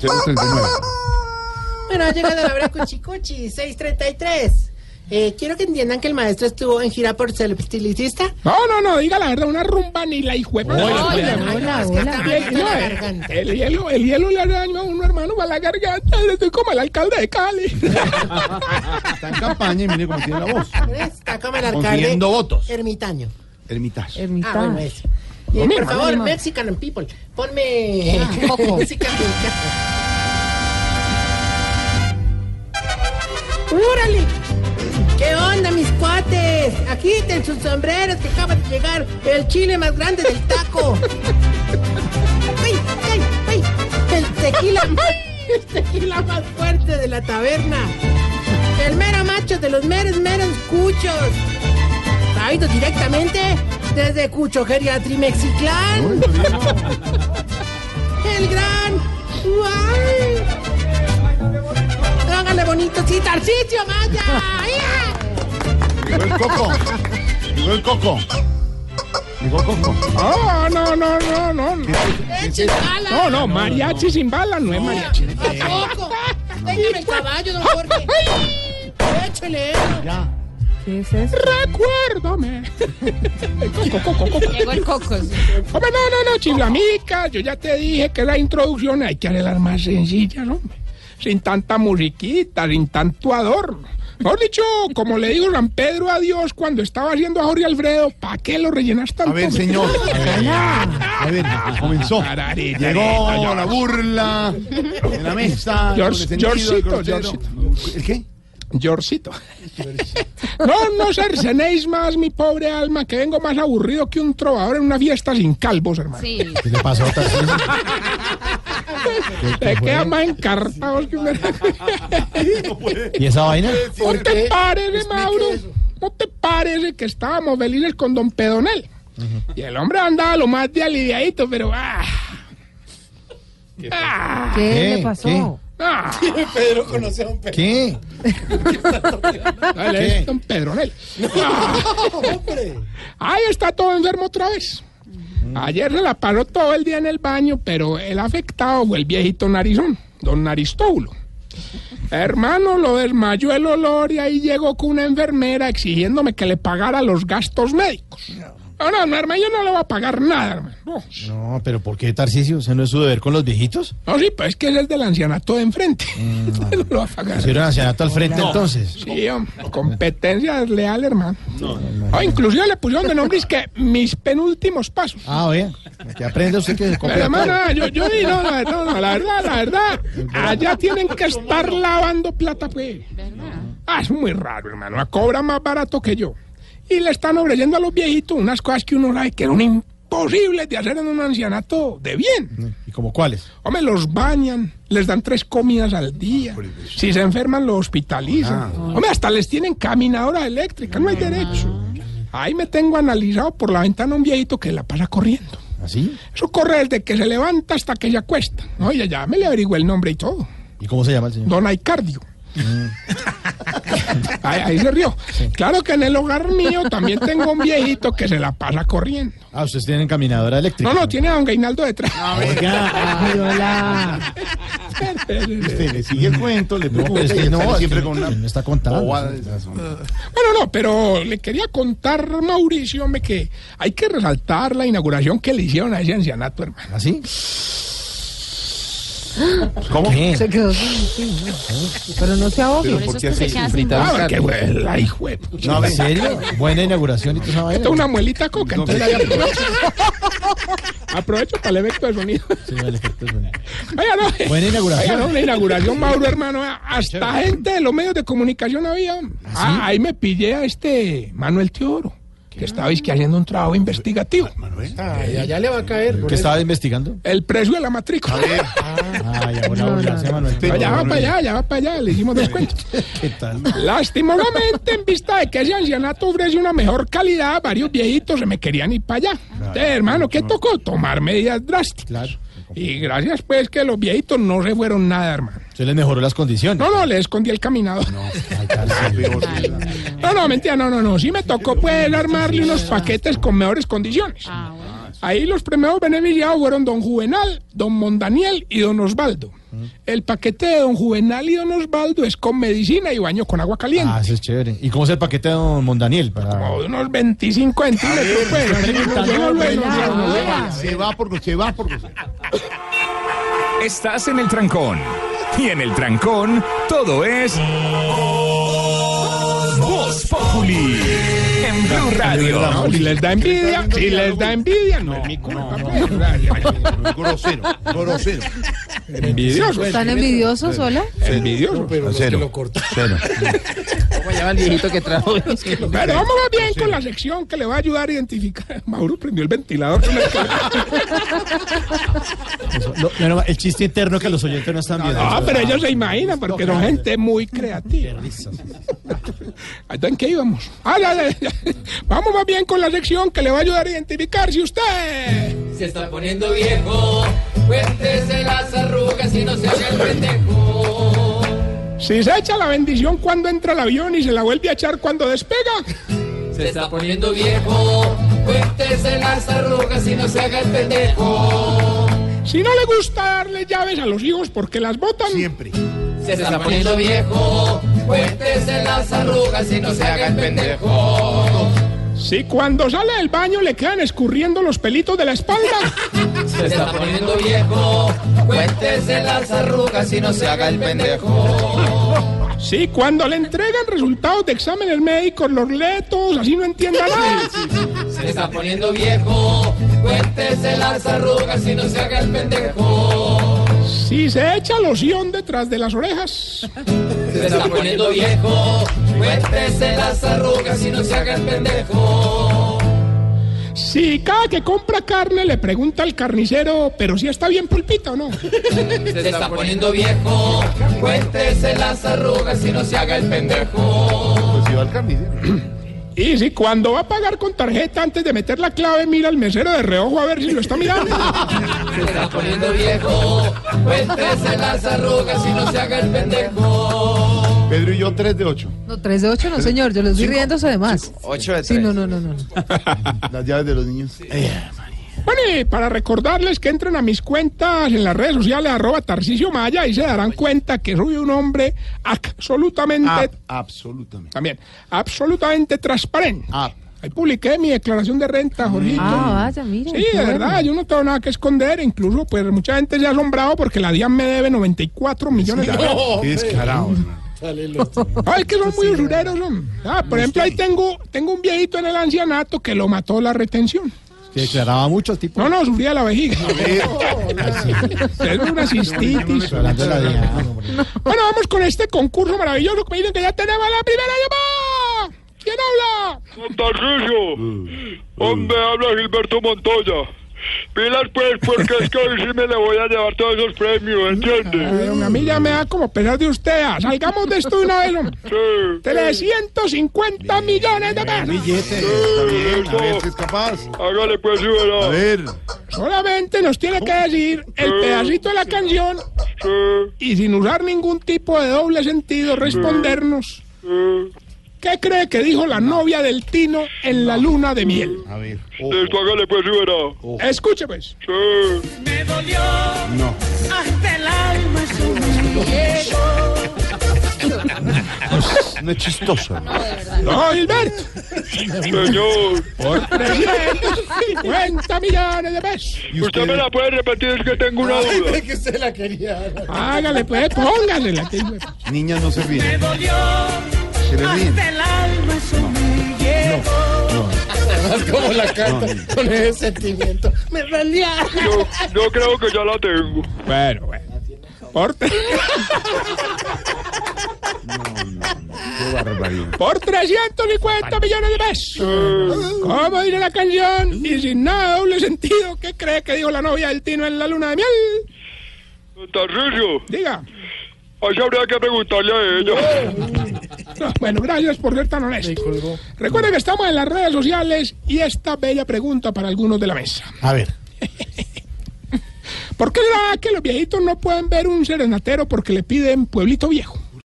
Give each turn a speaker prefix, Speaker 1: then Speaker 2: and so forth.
Speaker 1: 039.
Speaker 2: Bueno, ha llegado la hora Cuchicuchi, 633. Eh, quiero que entiendan que el maestro estuvo en gira por ser estilicista.
Speaker 1: No, no, no, diga la verdad, una rumba ni la hijuepa.
Speaker 2: Oigan, oigan, es que hasta me
Speaker 1: El,
Speaker 2: duele
Speaker 1: no,
Speaker 2: la
Speaker 1: el,
Speaker 2: garganta.
Speaker 1: el hielo, el hielo le hace daño a uno, hermano, para la garganta. Estoy como el alcalde de Cali.
Speaker 3: ah, Está en campaña y mire cómo tiene la voz.
Speaker 2: Está como el alcalde
Speaker 3: Consiguiendo votos.
Speaker 2: ermitaño.
Speaker 3: Ermitage.
Speaker 2: Ah, bueno,
Speaker 4: Ermitaño.
Speaker 2: eso. Eh,
Speaker 1: mismo,
Speaker 2: por favor,
Speaker 4: mismo.
Speaker 2: Mexican people, ponme
Speaker 4: Coco.
Speaker 2: música mexicana. ¡Úrale! ¿Qué onda, mis cuates? Agiten sus sombreros que acaba de llegar el chile más grande del taco. ¡Ay, ay, ay! El tequila, ¡ay! el tequila más fuerte de la taberna. El mero macho de los meros, meros cuchos. Traído directamente desde Cucho Geriatri Mexiclán. El gran. ¡Guay! Háganle bonito, sí, Tarcicio Maya. ¡Ya!
Speaker 3: Llegó el coco. Llegó el coco. Llegó el coco.
Speaker 1: Oh, no, no, no, no. No,
Speaker 2: ¡Eche bala!
Speaker 1: no, no mariachi sin bala no es mariachi.
Speaker 2: ¡A poco! ¡Déjame el caballo, don Jorge! ¡Échele!
Speaker 3: Ya.
Speaker 4: ¿Qué es eso?
Speaker 1: Recuérdame. Coco, coco, coco.
Speaker 4: Llegó el coco. sí.
Speaker 1: Hombre, no, no, no, chiflamica, yo ya te dije que la introducción hay que hacerla más sencilla, ¿no? hombre. Sin tanta musiquita, sin tanto adorno. Mejor dicho, como le digo San Pedro a Dios cuando estaba haciendo a Jorge Alfredo, ¿para qué lo rellenas tanto?
Speaker 3: A ver,
Speaker 1: hombre?
Speaker 3: señor. A ver, a ver, comenzó.
Speaker 1: Tararita,
Speaker 3: Llegó
Speaker 1: tararita,
Speaker 3: la
Speaker 1: George.
Speaker 3: burla en la mesa.
Speaker 1: George-
Speaker 3: sentido,
Speaker 1: Georgecito,
Speaker 3: el grosero. ¿El qué?
Speaker 1: Yorcito. No, no cercenéis más, mi pobre alma, que vengo más aburrido que un trovador en una fiesta sin calvos, hermano.
Speaker 4: Sí.
Speaker 3: ¿Qué le pasó a
Speaker 1: Te Eh, queda más encartados que un...
Speaker 5: ¿Y esa vaina?
Speaker 1: ¿No te parece, Mauro? ¿No te parece que estábamos felices con Don Pedonel? Y el hombre andaba lo más de aliviadito, pero... ¡Ah! ¡Ah!
Speaker 4: ¿Qué,
Speaker 5: ¿Qué?
Speaker 4: le pasó?
Speaker 5: ¿Qué?
Speaker 1: ¡Ah!
Speaker 5: ¿Qué?
Speaker 1: Dale, es Don Pedronel. ¡Ah! Ahí está todo enfermo otra vez. Ayer se la paró todo el día en el baño, pero el afectado fue el viejito narizón, don Naristóbulo. Hermano, lo desmayó el olor y ahí llegó con una enfermera exigiéndome que le pagara los gastos médicos. No, no, no, hermano, yo no le voy a pagar nada, hermano. No,
Speaker 5: No, pero ¿por qué Tarcisio? ¿Ese no es su deber con los viejitos?
Speaker 1: no, sí, pues es que ese es del ancianato de enfrente. No lo va a pagar.
Speaker 5: Pusieron ancianato al frente entonces.
Speaker 1: Sí, hombre, competencia desleal, hermano. Ah, inclusive le pusieron de nombre es que mis penúltimos pasos.
Speaker 5: Ah, vea. Que aprende usted que se
Speaker 1: Pero,
Speaker 5: copia
Speaker 1: hermano, ah,
Speaker 5: todo.
Speaker 1: yo, yo di, no, no, no, no, la verdad, la verdad. Allá tienen que estar lavando plata, pues. Ah, es muy raro, hermano. La cobra más barato que yo. Y le están ofreciendo a los viejitos unas cosas que uno sabe que eran imposibles de hacer en un ancianato de bien.
Speaker 5: ¿Y como cuáles?
Speaker 1: Hombre, los bañan, les dan tres comidas al día. Si se enferman, los hospitalizan. Hombre, hasta les tienen caminadora eléctrica, no hay derecho. Ahí me tengo analizado por la ventana un viejito que la pasa corriendo.
Speaker 5: ¿Así?
Speaker 1: Eso corre desde que se levanta hasta que se acuesta. Oye, ya me le averigüé el nombre y todo.
Speaker 5: ¿Y cómo se llama el señor?
Speaker 1: Don Aicardio. ahí, ahí se rió. Claro que en el hogar mío también tengo un viejito que se la pasa corriendo.
Speaker 5: Ah, ustedes tienen caminadora eléctrica.
Speaker 1: No, no, tiene a don Gainaldo detrás.
Speaker 5: Oiga,
Speaker 4: Ay, hola.
Speaker 3: Usted le sigue el cuento, le
Speaker 5: no, pero
Speaker 3: pregunta
Speaker 5: es
Speaker 3: y
Speaker 5: que
Speaker 3: sale
Speaker 5: no,
Speaker 3: siempre
Speaker 5: es que
Speaker 3: con una
Speaker 5: me está contando. ¿Ah,
Speaker 3: bobada de esas, hombre.
Speaker 1: Bueno, no, pero le quería contar, Mauricio, hombre, que hay que resaltar la inauguración que le hicieron a ese ancianato, hermano.
Speaker 5: ¿Así?
Speaker 3: ¿Cómo?
Speaker 5: ¿Qué?
Speaker 4: Se quedó sin sí, no. Pero no se ahogue.
Speaker 3: ¿Por qué así?
Speaker 1: Ah, qué güey, la hijo de-
Speaker 3: No,
Speaker 5: ¿En
Speaker 3: venga.
Speaker 5: serio? Buena inauguración y tú sabes.
Speaker 1: Esto es una muelita coca.
Speaker 3: No,
Speaker 1: entonces ahí aprovecho. aprovecho para el efecto de sonido.
Speaker 5: Sí, vale, efecto es bueno.
Speaker 1: Oiga, no.
Speaker 5: Buena inauguración.
Speaker 1: Oiga, no, una inauguración, Mauro, hermano. Hasta gente de los medios de comunicación había. Ah, ahí me pillé a este Manuel Teodoro, que estaba es que haciendo un trabajo investigativo.
Speaker 2: Ya, ya le va a caer.
Speaker 5: ¿Qué estaba investigando?
Speaker 1: El precio de la matrícula.
Speaker 5: Ay, ahora burlarse, Manuel.
Speaker 1: No, ya va para allá, ya va para allá, le hicimos descuento.
Speaker 5: ¿Qué tal?
Speaker 1: Lastimosamente, en vista de que ese ancianato ofrece una mejor calidad, varios viejitos se me querían ir para allá. Entonces, hermano, ¿qué tocó? Tomar medidas drásticas.
Speaker 5: Claro.
Speaker 1: Y gracias, pues, que los viejitos no se fueron nada, hermano.
Speaker 5: Se les mejoró las condiciones.
Speaker 1: No, no, le escondí el caminador. No, no, mentira, no, no, no. Sí me tocó pues armarle unos paquetes con mejores condiciones. Ahí los primeros beneficiados fueron don Juvenal, don Mondaniel y don Osvaldo. El paquete de don Juvenal y don Osvaldo es con medicina y baño con agua caliente.
Speaker 5: Ah, eso es chévere. ¿Y cómo es el paquete de don Mondaniel? Para...
Speaker 1: Como de unos 25 centímetros, pues. así que yo no lo he ¿eh? enunciado, no sé.
Speaker 3: Se va porque se va porque se
Speaker 6: Estás en el trancón. Y en el trancón, todo es. Voz Populi. En Blue Radio.
Speaker 1: No, si les da envidia, si les da envidia, no, es mi culpa. pues.
Speaker 3: Grosero, grosero.
Speaker 1: Envidioso,
Speaker 4: ¿Están envidiosos, hola?
Speaker 1: envidioso.
Speaker 3: Cero. Cero.
Speaker 1: Pero vamos a ver bien con la sección que le va a ayudar a identificar. Mauro prendió el ventilador. con el que-
Speaker 5: Eso, lo- no, no, el chiste interno que los oyentes no están viendo.
Speaker 1: No,
Speaker 5: Eso,
Speaker 1: pero
Speaker 5: ah,
Speaker 1: ellos se imaginan, porque son gente muy creativa. Entonces, ¿En qué íbamos? Ah, ya, ya, ya. Vamos más bien con la sección que le va a ayudar a identificar si usted...
Speaker 7: Se está poniendo viejo, cuéntese las arrugas y no se haga el pendejo.
Speaker 1: Si se echa la bendición cuando entra el avión y se la vuelve a echar cuando despega.
Speaker 7: Se está poniendo viejo, cuéntese las arrugas y no se haga el pendejo.
Speaker 1: Si no le gusta darle llaves a los hijos porque las botan.
Speaker 3: Siempre. Pues
Speaker 7: Se está poniendo viejo, cuéntese las arrugas y no se haga el pendejo.
Speaker 1: Si cuando sale del baño le quedan escurriendo los pelitos de la espalda.
Speaker 7: Se está poniendo viejo, cuéntese las arrugas y no se haga el pendejo.
Speaker 1: si cuando le entregan resultados de exámenes médicos los lee todos así no entienda nada.
Speaker 7: Se está poniendo viejo, cuéntese las arrugas y no se haga el pendejo.
Speaker 1: si se echa loción detrás de las orejas.
Speaker 7: Se está poniendo viejo, cuéntese las arrugas y no se haga el pendejo.
Speaker 1: Si cada que compra carne le pregunta al carnicero, pero si está bien pulpita o no.
Speaker 7: Se está poniendo viejo, cuéntese las arrugas y no se haga el pendejo.
Speaker 3: Pues si va al carnicero.
Speaker 1: y si cuando va a pagar con tarjeta antes de meter la clave mira al mesero de reojo a ver si lo está mirando.
Speaker 7: Se está poniendo viejo, cuéntese las arrugas y no se haga el pendejo.
Speaker 3: Pedro y yo, 3 de 8.
Speaker 4: No, 3 de 8 no, señor. Yo les estoy riéndose de más.
Speaker 7: 8 de
Speaker 4: Sí, no, no, no, no. no.
Speaker 3: Las llaves de los niños.
Speaker 1: Bueno, y para recordarles que entren a mis cuentas en las redes sociales, arroba Tarcicio Maya, y se darán cuenta que soy un hombre absolutamente,
Speaker 5: Ah.
Speaker 3: Ab- absolutamente.
Speaker 1: también, absolutamente transparente.
Speaker 3: Ab-
Speaker 1: Ahí publiqué mi declaración de renta, Jorgito.
Speaker 4: Ah, vaya, mira.
Speaker 1: Sí,
Speaker 4: qué
Speaker 1: de
Speaker 4: bueno.
Speaker 1: verdad, yo no tengo nada que esconder, incluso pues mucha gente se ha asombrado porque la DIAN me debe 94 millones de pesos.
Speaker 3: Qué descarado, hermano.
Speaker 1: Ay, que son muy usureros, son. Ah, por ejemplo, ahí tengo, tengo un viejito en el ancianato que lo mató la retención.
Speaker 5: Que declaraba mucho, tipo.
Speaker 1: No, no, sufría la vejiga. Es una cistitis.
Speaker 5: Hablando de la DIAN, hombre.
Speaker 1: Bueno, vamos con este concurso maravilloso que me dicen que ya tenemos la primera llamada. ¿Quién habla?
Speaker 8: Tarcicio. Hombre, habla Gilberto Montoya. Pilas pues, porque es que hoy sí me le voy a llevar todos esos premios, ¿entiendes?
Speaker 1: Eh, don, a mí ya me da como pesar de usted. ah. Salgamos de esto de una vez, hombre.
Speaker 8: Sí.
Speaker 1: 350 millones de pesos.
Speaker 5: Billete.
Speaker 3: Está bien, a ver si es capaz.
Speaker 8: Hágale pues, sí,
Speaker 3: A
Speaker 8: verá.
Speaker 3: ver.
Speaker 1: Solamente nos tiene que decir el pedacito de la canción
Speaker 8: Sí,
Speaker 1: y sin usar ningún tipo de doble sentido respondernos.
Speaker 8: sí.
Speaker 1: ¿Qué cree que dijo la novia del Tino en la luna de miel?
Speaker 3: A ver.
Speaker 8: Listo, hágale pues, sí, verá.
Speaker 1: Escuche pues.
Speaker 8: Sí.
Speaker 3: No. No es chistoso. hermano.
Speaker 1: No, Gilberto.
Speaker 8: Señor,
Speaker 1: 350 millones de pesos.
Speaker 8: usted me la puede repetir, es que tengo una duda.
Speaker 1: Hágale, pues, póngasela.
Speaker 3: Niñas no se ríen. Se le ríen.
Speaker 8: Yo, yo creo que ya la tengo.
Speaker 1: Bueno, bueno. Por, tre-
Speaker 3: Qué barbaridad.
Speaker 1: por 350 millones de pesos. ¿Cómo dice la canción? Y sin nada doble sentido, ¿qué cree que dijo la novia del Tino en la luna de miel?
Speaker 8: Tarcicio,
Speaker 1: Diga.
Speaker 8: ahí habría que preguntarle a ella.
Speaker 1: No, Ah, Bueno, gracias por ser tan honesto. Recuerden que estamos en las redes sociales y esta bella pregunta para algunos de la mesa.
Speaker 5: A ver.
Speaker 1: ¿Por qué será que los viejitos no pueden ver un serenatero porque le piden pueblito viejo?